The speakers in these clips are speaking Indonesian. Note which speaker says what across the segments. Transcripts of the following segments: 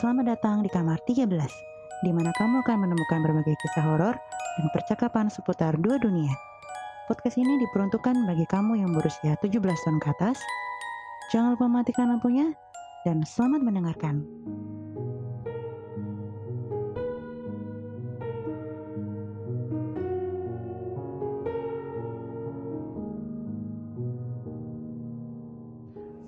Speaker 1: Selamat datang di kamar 13, di mana kamu akan menemukan berbagai kisah horor dan percakapan seputar dua dunia. Podcast ini diperuntukkan bagi kamu yang berusia 17 tahun ke atas. Jangan lupa matikan lampunya dan selamat mendengarkan.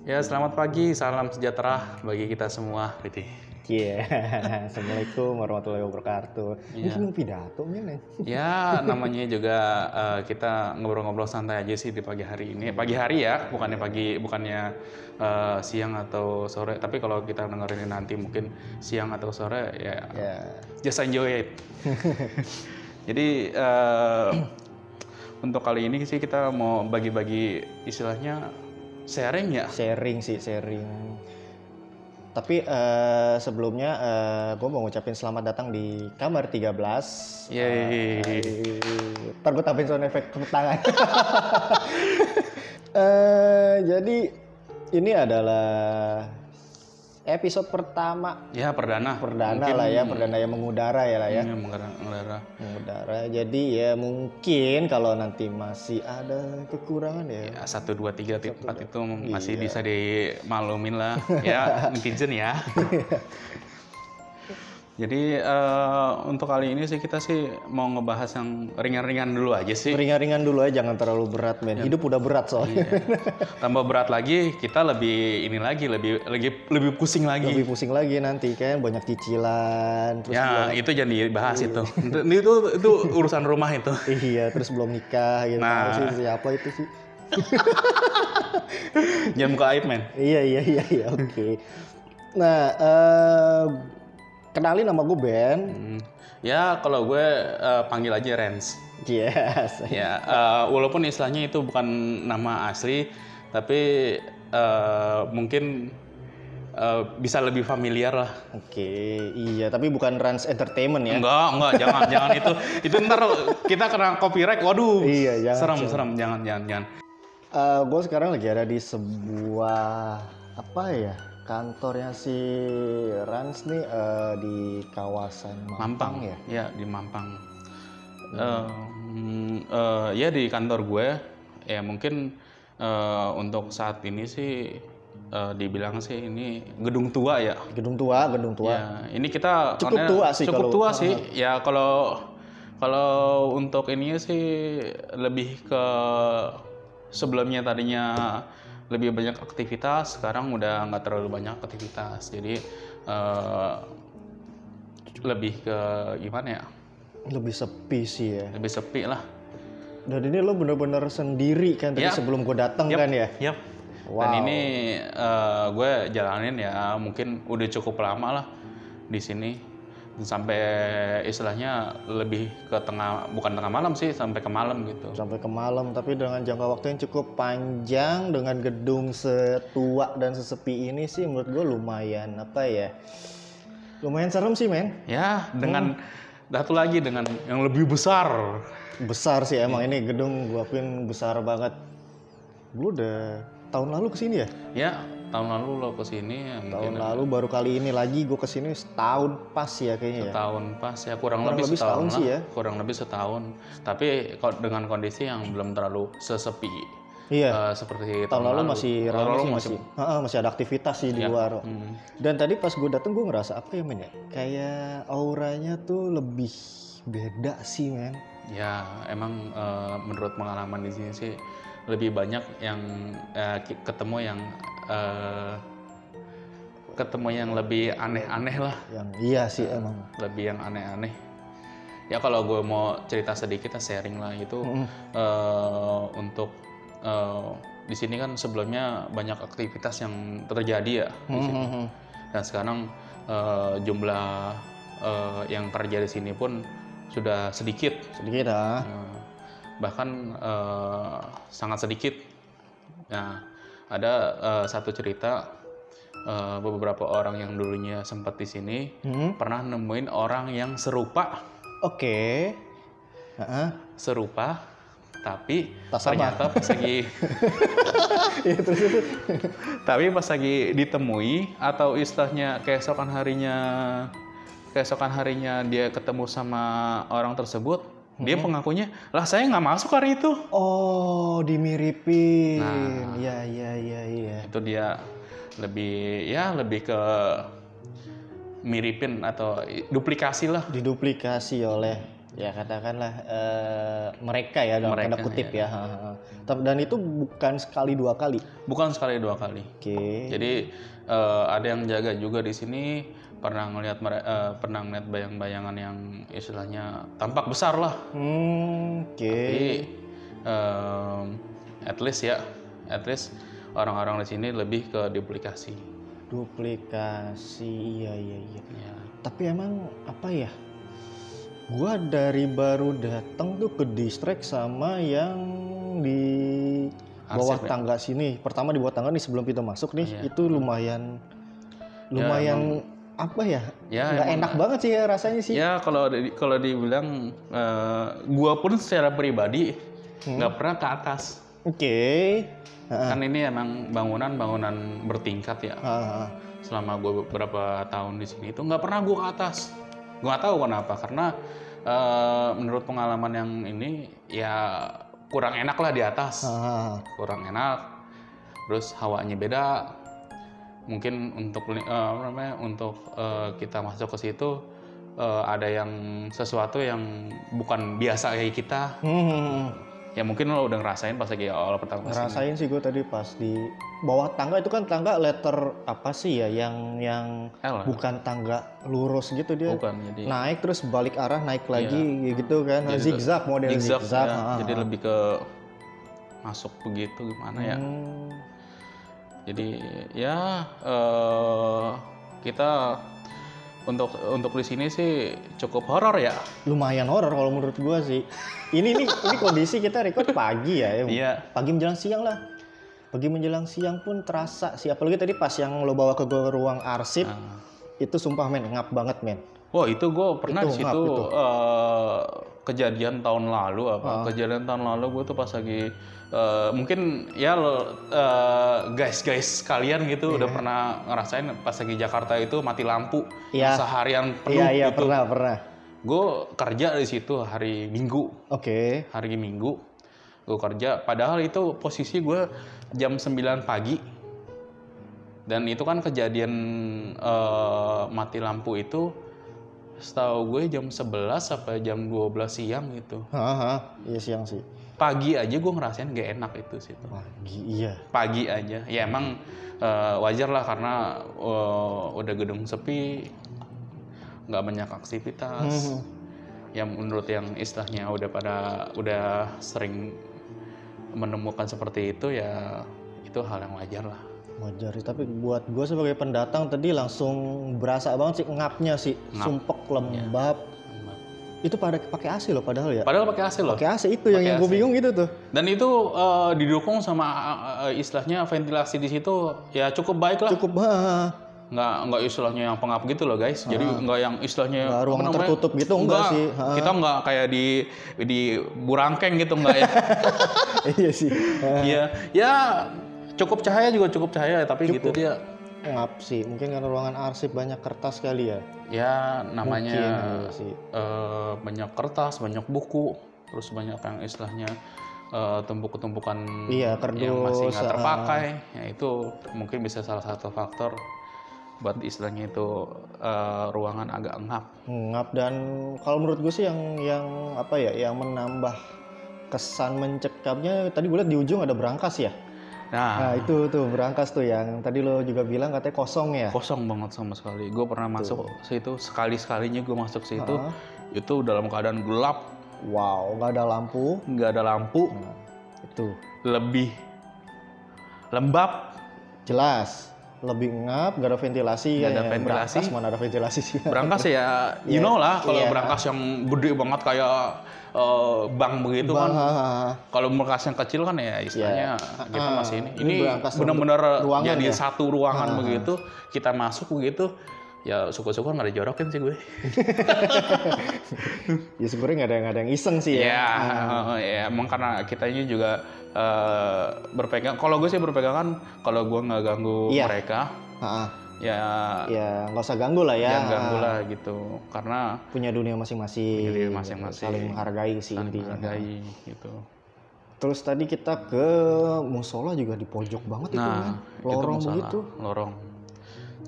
Speaker 2: Ya, selamat pagi, salam sejahtera bagi kita semua. Widih.
Speaker 3: Iya, Assalamualaikum warahmatullahi wabarakatuh. Ini
Speaker 2: Iya.
Speaker 3: sebelum pidato mungkin ya?
Speaker 2: Ya, namanya juga eh, kita ngobrol-ngobrol santai aja sih di pagi hari ini. Pagi hari ya,
Speaker 3: Iya.
Speaker 2: bukannya pagi, bukannya eh, siang atau sore. Tapi kalau kita dengerin nanti mungkin siang atau sore ya
Speaker 3: Ya,
Speaker 2: just enjoy it. Jadi eh, untuk kali ini sih kita mau bagi-bagi istilahnya sharing ya.
Speaker 3: sharing sih, sharing. Tapi eh, sebelumnya gue mau ngucapin selamat datang di kamar 13.
Speaker 2: Iya, Yeay.
Speaker 3: Eh, Ntar gue tambahin sound effect tepuk tangan. Eh, jadi ini adalah episode pertama
Speaker 2: Ya perdana.
Speaker 3: perdana
Speaker 2: Mungkin-
Speaker 3: lah ya, perdana yang mengudara ya lah ya.
Speaker 2: Iya, mengenai- mengenai-
Speaker 3: Mengudara. Jadi ya mungkin kalau nanti masih ada kekurangan ya.
Speaker 2: Ya, satu dua tiga tiga, empat itu masih
Speaker 3: Iya.
Speaker 2: bisa dimaklumin lah ya netizen ya. Jadi eh, untuk kali ini sih kita sih mau ngebahas yang ringan-ringan dulu aja sih.
Speaker 3: Ringan-ringan dulu aja, jangan terlalu berat
Speaker 2: Iya.
Speaker 3: men. Hidup udah berat soalnya.
Speaker 2: Tambah berat lagi kita lebih ini lagi lebih lagi lebih pusing lagi.
Speaker 3: Lebih pusing lagi nanti kan banyak cicilan, terus
Speaker 2: ya itu jangan dibahas itu. Itu, itu. itu urusan rumah itu.
Speaker 3: belum, iya, terus belum nikah gitu.
Speaker 2: Nah.
Speaker 3: Tahu sih siapa itu sih?
Speaker 2: Jangan buka aib men.
Speaker 3: Iya, iya, iya, iya, oke. Nah, eh kenalin nama gue Ben.
Speaker 2: Hmm. Ya kalau gue eh, panggil aja Rens.
Speaker 3: Yes.
Speaker 2: Ya, eh, walaupun istilahnya itu bukan nama asli, tapi eh, mungkin eh, bisa lebih familiar lah.
Speaker 3: Oke, iya, tapi bukan Rans Entertainment ya.
Speaker 2: Iya. Enggak, enggak, jangan, jangan itu. Itu ntar kita kena copyright. Waduh,
Speaker 3: Iya, jangan,
Speaker 2: serem,
Speaker 3: jangan.
Speaker 2: serem, jangan, jangan, jangan.
Speaker 3: gue Eh, sekarang lagi ada di sebuah apa ya kantornya si Rans nih eh, di kawasan
Speaker 2: Mampang
Speaker 3: Mampang, ya.
Speaker 2: ya, di Mampang. Eh, mm, eh, ya di kantor gue, ya mungkin eh, untuk saat ini sih eh, dibilang sih ini gedung tua ya.
Speaker 3: Gedung tua, gedung tua.
Speaker 2: Ya, ini kita
Speaker 3: Cukup
Speaker 2: karena-
Speaker 3: tua sih
Speaker 2: Cukup
Speaker 3: kalau-
Speaker 2: tua
Speaker 3: ah.
Speaker 2: sih. Ya kalau kalau untuk ini sih lebih ke sebelumnya tadinya lebih banyak aktivitas, sekarang udah nggak terlalu banyak aktivitas. Jadi eh, lebih ke gimana ya?
Speaker 3: Lebih sepi sih ya.
Speaker 2: Lebih sepi lah.
Speaker 3: Dan ini lo bener-bener sendiri kan tadi
Speaker 2: Ya.
Speaker 3: sebelum gue datang kan ya.
Speaker 2: Yap. Dan
Speaker 3: Wow.
Speaker 2: ini eh, gue jalanin ya mungkin udah cukup lama lah di sini sampai istilahnya lebih ke tengah bukan tengah malam sih sampai ke malam gitu.
Speaker 3: Sampai ke malam tapi dengan jangka waktu yang cukup panjang dengan gedung setua dan sesepi ini sih menurut gue lumayan apa ya? Lumayan serem sih men.
Speaker 2: Ya dengan
Speaker 3: Hmm.
Speaker 2: satu lagi dengan yang lebih besar.
Speaker 3: Besar sih emang ini gedung gue akuin besar banget. Gue udah tahun lalu kesini ya.
Speaker 2: Ya tahun lalu lo kesini ya,
Speaker 3: Tahun
Speaker 2: mungkin
Speaker 3: lalu baru kali ini lagi gue kesini setahun pas ya kayaknya ya.
Speaker 2: setahun pas ya kurang,
Speaker 3: Kurang
Speaker 2: lebih,
Speaker 3: lebih
Speaker 2: setahun,
Speaker 3: setahun sih
Speaker 2: lah.
Speaker 3: ya.
Speaker 2: Kurang lebih setahun. Tapi kok dengan kondisi yang belum terlalu sesepi
Speaker 3: Iya.
Speaker 2: eh, seperti
Speaker 3: Tahun lalu masih
Speaker 2: Tahun
Speaker 3: ramai
Speaker 2: lalu
Speaker 3: sih masih. Iya. Ha-ha, masih ada aktivitas sih di
Speaker 2: Ya.
Speaker 3: luar.
Speaker 2: Hmm.
Speaker 3: Dan tadi pas gue dateng gue ngerasa apa ya men ya? Kayak auranya tuh lebih beda sih men.
Speaker 2: Ya, emang eh, menurut pengalaman di sini sih lebih banyak yang eh, ki- ketemu yang eh, ketemu yang lebih aneh-aneh lah,
Speaker 3: Yang iya sih emang.
Speaker 2: lebih yang aneh-aneh. Ya kalau gue mau cerita sedikit lah, sharing lah itu
Speaker 3: Hmm.
Speaker 2: eh, untuk eh, di sini kan sebelumnya banyak aktivitas yang terjadi ya
Speaker 3: Hmm,
Speaker 2: di sini. Dan sekarang eh, jumlah eh, yang kerja di sini pun sudah sedikit
Speaker 3: Sedikit ah.
Speaker 2: Nah, bahkan eh, sangat sedikit. Nah, ada eh, satu cerita eh, beberapa orang yang dulunya sempat di sini
Speaker 3: Hmm.
Speaker 2: pernah nemuin orang yang serupa
Speaker 3: Oke. Ha-ha.
Speaker 2: serupa Tapi
Speaker 3: Tas sama.
Speaker 2: ternyata pas lagi
Speaker 3: Iya terus itu.
Speaker 2: tapi pas lagi ditemui atau istilahnya keesokan harinya keesokan harinya dia ketemu sama orang tersebut dia pengakunya lah saya nggak masuk hari itu
Speaker 3: Oh, dimiripin.
Speaker 2: Nah.
Speaker 3: Iya, iya, iya, iya.
Speaker 2: itu dia lebih ya lebih ke miripin atau duplikasi lah
Speaker 3: Diduplikasi oleh ya katakanlah eh, mereka ya dalam
Speaker 2: Mereka,
Speaker 3: tanda kutip ya. Ha, ha, ha. Tapi- Dan itu bukan sekali dua kali.
Speaker 2: bukan sekali dua kali
Speaker 3: Oke.
Speaker 2: jadi eh, ada yang jaga juga di sini pernah ngelihat mere- eh, pernah ngelihat bayang-bayangan yang istilahnya tampak besar lah
Speaker 3: Hmm, oke.
Speaker 2: Tapi em, eh, at least ya, at least orang-orang di sini lebih ke duplikasi.
Speaker 3: Duplikasi. Iya, iya, iya.
Speaker 2: Ya.
Speaker 3: Tapi emang apa ya? Gua dari baru datang tuh ke distrik sama yang di bawah
Speaker 2: Arsip ya?
Speaker 3: tangga sini. Pertama di bawah tangga nih sebelum kita masuk nih,
Speaker 2: Iya.
Speaker 3: itu lumayan
Speaker 2: Ya,
Speaker 3: lumayan apa ya?
Speaker 2: Ya,
Speaker 3: nggak
Speaker 2: emang-
Speaker 3: enak banget sih ya rasanya sih.
Speaker 2: Ya kalau di- kalau dibilang, eh, gua pun secara pribadi
Speaker 3: Hmm.
Speaker 2: nggak pernah ke atas.
Speaker 3: Oke. Ha,
Speaker 2: Kan ini emang bangunan-bangunan bertingkat ya.
Speaker 3: ha, ha.
Speaker 2: Selama gua beberapa tahun di sini itu nggak pernah gua ke atas. Gua nggak tahu kenapa. Karena eh, menurut pengalaman yang ini ya kurang enak lah di atas.
Speaker 3: Ha, ha.
Speaker 2: kurang enak terus hawanya beda mungkin untuk li- eh, apa namanya untuk eh, kita masuk ke situ eh, ada yang sesuatu yang bukan biasa kayak kita
Speaker 3: Hmm,
Speaker 2: ya mungkin lo udah ngerasain pas lagi awal pertama kesini.
Speaker 3: ngerasain sih gue tadi pas di bawah tangga itu kan tangga letter apa sih ya yang yang
Speaker 2: Eh lah,
Speaker 3: bukan tangga lurus gitu dia.
Speaker 2: bukan jadi
Speaker 3: naik terus balik arah naik lagi gitu kan
Speaker 2: Jadi
Speaker 3: zigzag model
Speaker 2: Iya. zigzag,
Speaker 3: zigzag,
Speaker 2: ya.
Speaker 3: ah, ah,
Speaker 2: jadi
Speaker 3: ah.
Speaker 2: lebih ke masuk begitu gimana ya
Speaker 3: Hmm,
Speaker 2: jadi ya eh, kita untuk untuk di sini sih cukup horor ya
Speaker 3: lumayan horor kalau menurut gua sih ini ini ini kondisi kita record pagi ya, ya.
Speaker 2: iya
Speaker 3: pagi menjelang siang lah pagi menjelang siang pun terasa sih apalagi tadi pas yang lo bawa ke gua ke ruang arsip
Speaker 2: Ah.
Speaker 3: itu sumpah men ngap banget men
Speaker 2: Wah itu gue pernah di
Speaker 3: Itu,
Speaker 2: situ
Speaker 3: ngap, itu. Ah.
Speaker 2: eh, kejadian tahun lalu apa? Kejadian tahun lalu gue tuh pas lagi eh, mungkin ya lo guys guys kalian gitu udah pernah ngerasain pas lagi Jakarta itu mati lampu
Speaker 3: Iya.
Speaker 2: seharian penuh
Speaker 3: iya iya
Speaker 2: gitu.
Speaker 3: pernah pernah
Speaker 2: Gue kerja di situ hari Minggu,
Speaker 3: oke
Speaker 2: hari Minggu gue kerja. Padahal itu posisi gue jam 9 pagi dan itu kan kejadian eh, mati lampu itu setahu gue jam 11 apa jam 12 siang gitu
Speaker 3: Haha, iya siang sih
Speaker 2: pagi aja gue ngerasain gak enak itu situ
Speaker 3: pagi iya
Speaker 2: pagi aja ya emang eh, wajar lah karena eh, udah gedung sepi nggak banyak aktivitas yang menurut yang istilahnya udah pada udah sering menemukan seperti itu ya itu hal yang wajar lah
Speaker 3: Wajar sih, tapi buat gue sebagai pendatang tadi langsung berasa banget sih ngapnya sih,
Speaker 2: Ngap. Iya.
Speaker 3: sumpek lembab. Itu pada pakai AC loh padahal ya.
Speaker 2: padahal pakai AC loh
Speaker 3: Pakai AC itu yang,
Speaker 2: Pakai
Speaker 3: yang gue
Speaker 2: AC.
Speaker 3: bingung itu tuh.
Speaker 2: dan itu eh, didukung sama eh, eh, istilahnya ventilasi di situ ya cukup baik lah
Speaker 3: Cukup bah.
Speaker 2: nggak nggak istilahnya yang pengap gitu loh guys jadi nggak yang istilahnya
Speaker 3: Ah. Nggak
Speaker 2: apa
Speaker 3: ruangan
Speaker 2: namanya?
Speaker 3: tertutup gitu, enggak sih. Ha.
Speaker 2: kita nggak kayak di di burangkeng gitu nggak ya
Speaker 3: iya sih.
Speaker 2: iya ya cukup cahaya juga cukup cahaya tapi gitu dia
Speaker 3: Ngap sih, mungkin karena ruangan arsip banyak kertas kali ya.
Speaker 2: ya
Speaker 3: Mungkin
Speaker 2: namanya
Speaker 3: iya sih.
Speaker 2: eh, banyak kertas banyak buku terus banyak yang istilahnya eh, tumpuk-tumpukan
Speaker 3: Iya,
Speaker 2: yang masih
Speaker 3: kerdus.
Speaker 2: nggak
Speaker 3: ah.
Speaker 2: terpakai ya itu mungkin bisa salah satu faktor buat istilahnya itu eh, ruangan agak ngap
Speaker 3: Ngap dan kalau menurut gue sih yang yang apa ya, yang menambah kesan mencekapnya tadi gue lihat di ujung ada berangkas ya.
Speaker 2: nah
Speaker 3: Nah, itu tuh berangkas tuh yang tadi lo juga bilang katanya kosong ya.
Speaker 2: kosong banget sama sekali. Gue pernah masuk situ sekali sekalinya gue masuk situ,
Speaker 3: Ah.
Speaker 2: itu dalam keadaan gelap,
Speaker 3: Wow, nggak ada lampu.
Speaker 2: nggak ada lampu,
Speaker 3: Nah, itu
Speaker 2: lebih lembab.
Speaker 3: jelas lebih ngap, nggak ada
Speaker 2: Nggak
Speaker 3: ventilasi
Speaker 2: ada
Speaker 3: Yang
Speaker 2: ventilasi.
Speaker 3: berangkas, mana ada ventilasi sih?
Speaker 2: Berangkas ya, you know lah kalau
Speaker 3: Iya.
Speaker 2: berangkas yang gede banget kayak eh, bank begitu kan.
Speaker 3: Bang, ha, ha, ha.
Speaker 2: Kalau berangkas yang kecil kan ya istilahnya kita
Speaker 3: Ah,
Speaker 2: masih ini.
Speaker 3: Iya. ini
Speaker 2: Ini
Speaker 3: berangkas
Speaker 2: benar-benar
Speaker 3: ruangan
Speaker 2: jadi
Speaker 3: ya?
Speaker 2: satu ruangan begitu, kita masuk begitu, ya syukur-syukur nggak dijorokin sih gue.
Speaker 3: Ya sebenarnya nggak ada nggak ada yang iseng sih
Speaker 2: Iya,
Speaker 3: ya. Ah.
Speaker 2: eh, ya, emang karena kita ini juga eh, berpegang. Kalau gue sih berpegangan, kalau gue nggak ganggu
Speaker 3: Iya.
Speaker 2: mereka,
Speaker 3: Ah, ah.
Speaker 2: ya
Speaker 3: Ya nggak usah ganggu lah ya.
Speaker 2: jangan Iya, ganggu lah gitu. Karena
Speaker 3: Punya dunia masing-masing.
Speaker 2: Punya dunia masing-masing.
Speaker 3: Saling menghargai sih
Speaker 2: saling
Speaker 3: intinya.
Speaker 2: menghargai gitu.
Speaker 3: Terus tadi kita ke musola juga di pojok banget itu kan.
Speaker 2: Nah, itu
Speaker 3: Lorong gitu?
Speaker 2: musola,
Speaker 3: begitu.
Speaker 2: Lorong.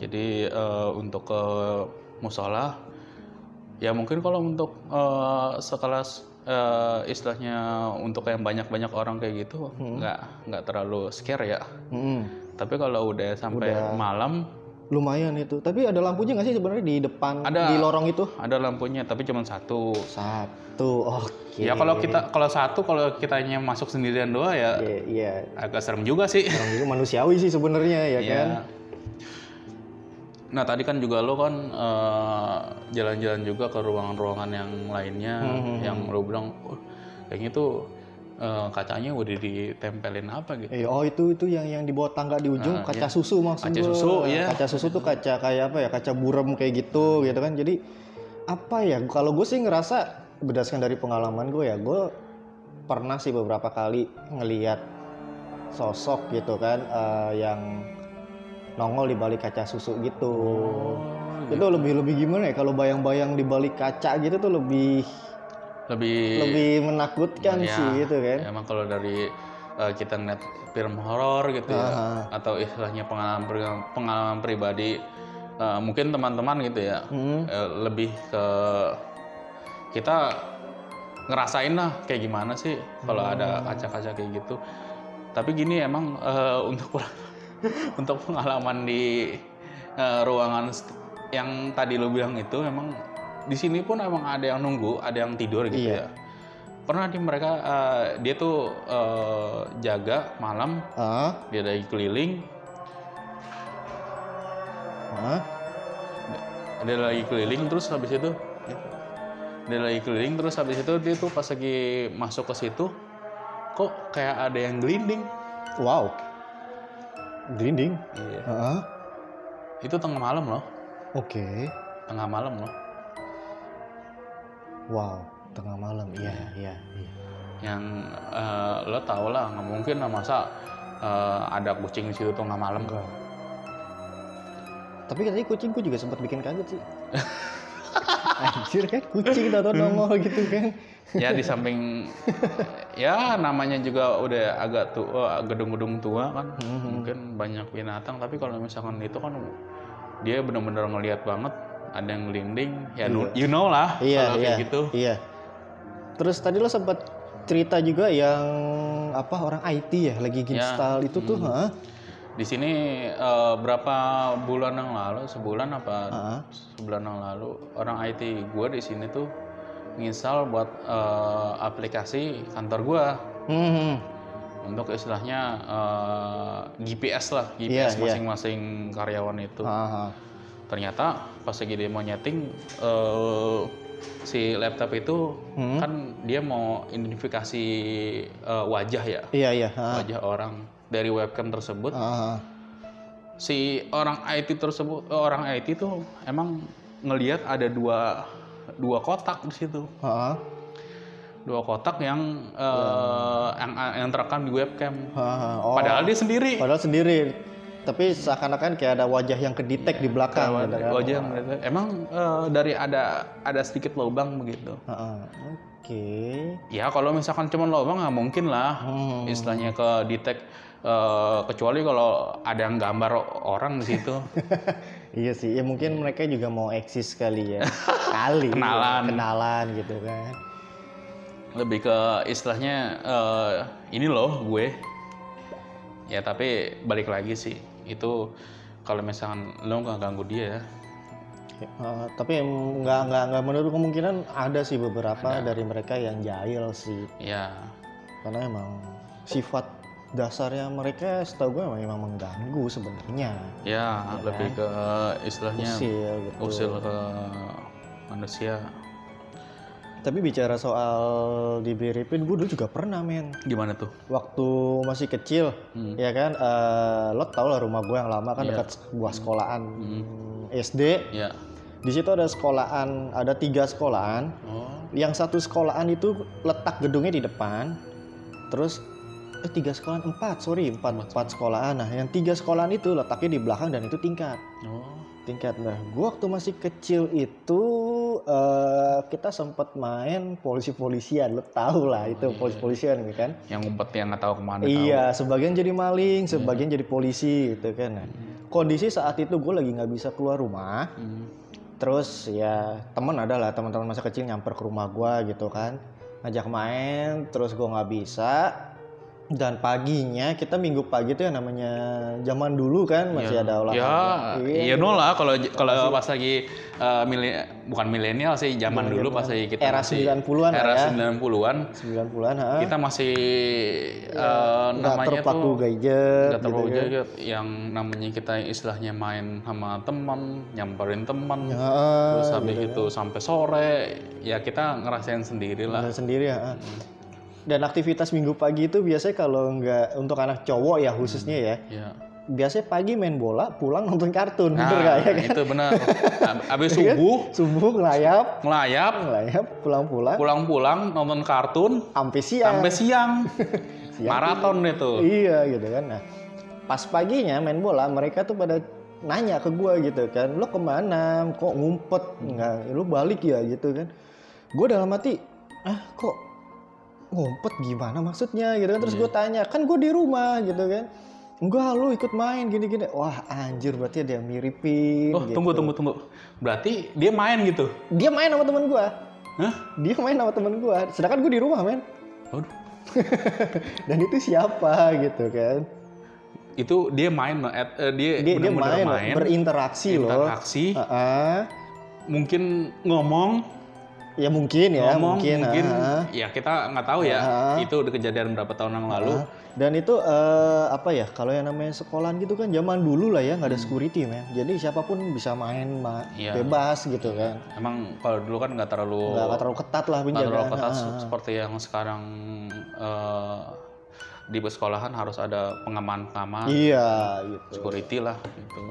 Speaker 2: Jadi eh, untuk ke musola, ya mungkin kalau untuk eh, sekelas eh, istilahnya untuk yang banyak-banyak orang kayak gitu,
Speaker 3: Hmm.
Speaker 2: nggak nggak terlalu scare ya.
Speaker 3: Mm-mm.
Speaker 2: Tapi kalau udah sampai
Speaker 3: Udah.
Speaker 2: malam
Speaker 3: Lumayan itu. Tapi ada lampunya nggak sih sebenarnya di depan
Speaker 2: Ada.
Speaker 3: di lorong itu?
Speaker 2: ada lampunya, tapi cuma satu.
Speaker 3: Satu. Oke.
Speaker 2: Ya kalau kita kalau satu kalau kitanya masuk sendirian doa ya
Speaker 3: Iya, iya.
Speaker 2: agak serem juga sih.
Speaker 3: Orang itu manusiawi sih sebenarnya ya
Speaker 2: Iya.
Speaker 3: kan.
Speaker 2: Nah tadi kan juga lo kan eh, jalan-jalan juga ke ruangan-ruangan yang lainnya,
Speaker 3: Hmm.
Speaker 2: yang lo bilang, oh, kayaknya tuh eh, kacanya udah ditempelin apa gitu.
Speaker 3: Eh, oh itu itu yang yang di bawah tangga di
Speaker 2: Ah,
Speaker 3: ujung kaca susu maksud
Speaker 2: Kaca
Speaker 3: gua.
Speaker 2: susu, iya. Hmm.
Speaker 3: Kaca susu tuh kaca kayak apa ya? Kaca burem kayak gitu gitu kan. Jadi apa ya? Kalau gue sih ngerasa berdasarkan dari pengalaman gue ya, gue pernah sih beberapa kali ngelihat sosok gitu kan eh, yang nongol di balik kaca susu gitu.
Speaker 2: Hmm.
Speaker 3: itu lebih lebih gimana ya? Kalau bayang-bayang di balik kaca gitu tuh lebih
Speaker 2: Lebih,
Speaker 3: lebih menakutkan
Speaker 2: ya,
Speaker 3: sih gitu kan.
Speaker 2: Emang kalau dari eh, kita ngeliat film horor gitu ya,
Speaker 3: Ah.
Speaker 2: atau istilahnya pengalaman pengalaman pribadi, eh, mungkin teman-teman gitu ya,
Speaker 3: Mm.
Speaker 2: eh, lebih ke kita ngerasain lah kayak gimana sih kalau ada kaca-kaca kayak gitu. Tapi gini emang eh, untuk untuk pengalaman di eh, ruangan st- yang tadi lo bilang itu memang di sini pun emang ada yang nunggu, ada yang tidur gitu ya.
Speaker 3: Iya.
Speaker 2: Pernah di mereka eh, dia tuh eh, jaga malam
Speaker 3: Ah,
Speaker 2: dia dari keliling
Speaker 3: ah.
Speaker 2: dia lagi keliling terus habis itu dia lagi keliling terus habis itu dia tuh pas lagi masuk ke situ kok kayak ada yang gelinding
Speaker 3: Wow. Grinding.
Speaker 2: Iya.
Speaker 3: Heeh.
Speaker 2: itu tengah malam loh
Speaker 3: Oke.
Speaker 2: tengah malam loh
Speaker 3: Wow. Tengah malam. Iya, iya, iya.
Speaker 2: yang eh, lo tau lah nggak mungkin lah masa eh, ada kucing di situ tengah malam
Speaker 3: Enggak. Tapi katanya kucingku juga sempat bikin kaget sih. Anjir kan kucing tato nongol gitu kan.
Speaker 2: ya di samping ya namanya juga udah agak tua gedung-gedung tua kan
Speaker 3: Mm-hmm.
Speaker 2: mungkin banyak binatang tapi kalau misalkan itu kan dia benar-benar ngelihat banget ada yang gelinding ya nu- you know lah
Speaker 3: Iya,
Speaker 2: kalau
Speaker 3: iya.
Speaker 2: kayak gitu
Speaker 3: Iya. Terus tadi lo sempat cerita juga yang apa orang IT ya Hmm. lagi install itu tuh, heeh.
Speaker 2: di sini eh, berapa bulan yang lalu sebulan apa
Speaker 3: Heeh.
Speaker 2: sebulan yang lalu orang IT gue di sini tuh nginstal buat eh, aplikasi kantor gue
Speaker 3: Hmm.
Speaker 2: untuk istilahnya eh, GPS lah
Speaker 3: Iya,
Speaker 2: GPS
Speaker 3: iya.
Speaker 2: masing-masing karyawan itu
Speaker 3: Ah, ah.
Speaker 2: ternyata pas lagi dia mau nyeting eh, si laptop itu
Speaker 3: Hmm.
Speaker 2: kan dia mau identifikasi eh, wajah ya
Speaker 3: Iya, iya, heeh.
Speaker 2: wajah orang dari webcam tersebut
Speaker 3: Ah, ah.
Speaker 2: si orang IT tersebut eh, orang IT tuh emang ngelihat ada dua dua kotak di situ
Speaker 3: Ah,
Speaker 2: dua kotak yang eh, yang, yang terekam di webcam
Speaker 3: ah. Ah, Iya. oh.
Speaker 2: padahal dia sendiri
Speaker 3: Padahal sendiri. Tapi seakan-akan kayak ada wajah yang kedetek di belakang.
Speaker 2: Kawan-
Speaker 3: gitu kan.
Speaker 2: wajah yang ngeliat- emang eh, dari ada ada sedikit lubang begitu
Speaker 3: Heeh. Oke.
Speaker 2: Ya kalau misalkan cuma lubang nggak mungkin lah
Speaker 3: Hmm.
Speaker 2: istilahnya ke detect eh, kecuali kalau ada yang gambar orang di situ
Speaker 3: Iya sih. Ya mungkin mereka juga mau eksis kali ya. Kali.
Speaker 2: Kenalan.
Speaker 3: Kenalan gitu kan.
Speaker 2: lebih ke istilahnya eh, ini loh gue ya tapi balik lagi sih itu kalau misalkan lo nggak ganggu dia ya
Speaker 3: Eh, tapi em- nggak nggak nggak menurut kemungkinan ada sih beberapa dari mereka yang jahil sih
Speaker 2: ya
Speaker 3: karena emang sifat dasarnya mereka setahu gue emang, emang mengganggu sebenarnya
Speaker 2: ya lebih ke Iya, istilahnya
Speaker 3: usil gitu
Speaker 2: usil ke manusia
Speaker 3: Tapi bicara soal dibiripin, gue dulu juga pernah men.
Speaker 2: Gimana tuh?
Speaker 3: Waktu masih kecil,
Speaker 2: Hmm.
Speaker 3: ya kan, eh, lo tau lah rumah gue yang lama kan
Speaker 2: Iya.
Speaker 3: dekat sebuah sekolahan
Speaker 2: Hmm.
Speaker 3: SD.
Speaker 2: Ya.
Speaker 3: Di situ ada sekolahan, ada tiga sekolahan.
Speaker 2: Oh.
Speaker 3: Yang satu sekolahan itu letak gedungnya di depan. Terus eh, tiga sekolahan empat, sorry empat empat sekolahan. Nah, yang tiga sekolahan itu letaknya di belakang dan itu tingkat.
Speaker 2: Oh.
Speaker 3: Tingkat. Nah, gua waktu masih kecil itu eh, kita sempat main polisi-polisian. Lo tau lah itu
Speaker 2: iya.
Speaker 3: polisi-polisian gitu kan.
Speaker 2: Yang ngumpet yang nggak tahu kemana.
Speaker 3: Iya, sebagian jadi maling,
Speaker 2: Iya.
Speaker 3: sebagian jadi polisi gitu kan. Nah, kondisi saat itu gue lagi nggak bisa keluar rumah.
Speaker 2: Tahu. Hmm.
Speaker 3: Terus ya temen ada lah teman-teman masa kecil nyamper ke rumah gua gitu kan ngajak main terus gua nggak bisa dan paginya kita minggu pagi tuh yang namanya zaman dulu kan masih
Speaker 2: Ya.
Speaker 3: ada olahraga
Speaker 2: Ya, iya
Speaker 3: gitu.
Speaker 2: no lah kalau kalau pas lagi eh, mile- bukan milenial sih zaman
Speaker 3: Zaman
Speaker 2: dulu
Speaker 3: gitu.
Speaker 2: pas lagi kita
Speaker 3: Era
Speaker 2: masih
Speaker 3: 90-an lah
Speaker 2: era
Speaker 3: ya.
Speaker 2: 90-an
Speaker 3: 90-an ha
Speaker 2: kita masih eh,
Speaker 3: Iya. nggak
Speaker 2: namanya
Speaker 3: terpaku
Speaker 2: tuh
Speaker 3: gadget
Speaker 2: nggak terlalu
Speaker 3: gitu kan.
Speaker 2: jaget. yang namanya kita istilahnya main sama teman, nyamperin teman,
Speaker 3: Ya,
Speaker 2: terus habis
Speaker 3: gitu
Speaker 2: itu sampai sore ya kita ngerasain sendiri
Speaker 3: kan.
Speaker 2: lah.
Speaker 3: Dan sendiri ha dan aktivitas minggu pagi itu biasanya kalau nggak untuk anak cowok ya khususnya ya
Speaker 2: Ya.
Speaker 3: biasanya pagi main bola pulang nonton kartun
Speaker 2: Nah,
Speaker 3: bener nggak ya kan? Iya.
Speaker 2: itu benar. Ab- Habis subuh
Speaker 3: subuh ngelayap
Speaker 2: ngelayap,
Speaker 3: ngelayap pulang-pulang
Speaker 2: pulang-pulang nonton kartun
Speaker 3: sampai siang
Speaker 2: sampai siang.
Speaker 3: Iya. Siang.
Speaker 2: Maraton itu.
Speaker 3: iya gitu kan nah pas paginya main bola mereka tuh pada nanya ke gua gitu kan lo kemana kok ngumpet nggak lo balik ya gitu kan gue dalam hati ah kok ngumpet gimana maksudnya gitu kan terus
Speaker 2: Hmm.
Speaker 3: gue tanya kan gue di rumah gitu kan enggak lu ikut main gini-gini wah anjir berarti ada yang miripin
Speaker 2: Oh,
Speaker 3: gitu.
Speaker 2: tunggu tunggu tunggu. Berarti dia main gitu.
Speaker 3: dia main sama temen gua
Speaker 2: Hah?
Speaker 3: dia main sama temen gua sedangkan gue di rumah men
Speaker 2: Aduh.
Speaker 3: dan itu siapa gitu kan
Speaker 2: Itu dia main eh, eh, dia,
Speaker 3: dia dia
Speaker 2: benar-benar
Speaker 3: main, loh, berinteraksi loh Ah.
Speaker 2: interaksi,
Speaker 3: Heeh.
Speaker 2: mungkin ngomong,
Speaker 3: ya mungkin ya
Speaker 2: ngomong
Speaker 3: mungkin,
Speaker 2: mungkin,
Speaker 3: heeh.
Speaker 2: ya kita nggak tahu ya.
Speaker 3: Ah.
Speaker 2: Itu udah kejadian berapa tahun yang lalu.
Speaker 3: Heeh. dan itu eh, apa ya kalau yang namanya sekolahan gitu kan zaman dulu lah ya nggak ada security men jadi siapapun bisa main ma-
Speaker 2: Hmm. Iya.
Speaker 3: bebas gitu kan
Speaker 2: Emang kalau dulu kan nggak terlalu
Speaker 3: nggak nggak terlalu kan? Ah, ketat lah
Speaker 2: nggak
Speaker 3: penjagaan
Speaker 2: terlalu ketat
Speaker 3: Heeh.
Speaker 2: seperti yang sekarang eh, di sekolahan harus ada pengaman-pengaman,
Speaker 3: iya gitu
Speaker 2: security lah gitu.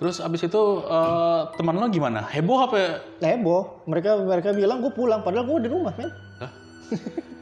Speaker 2: Terus abis itu eh, teman lo gimana? Heboh apa? ya?
Speaker 3: heboh mereka mereka bilang gue pulang padahal gue di rumah men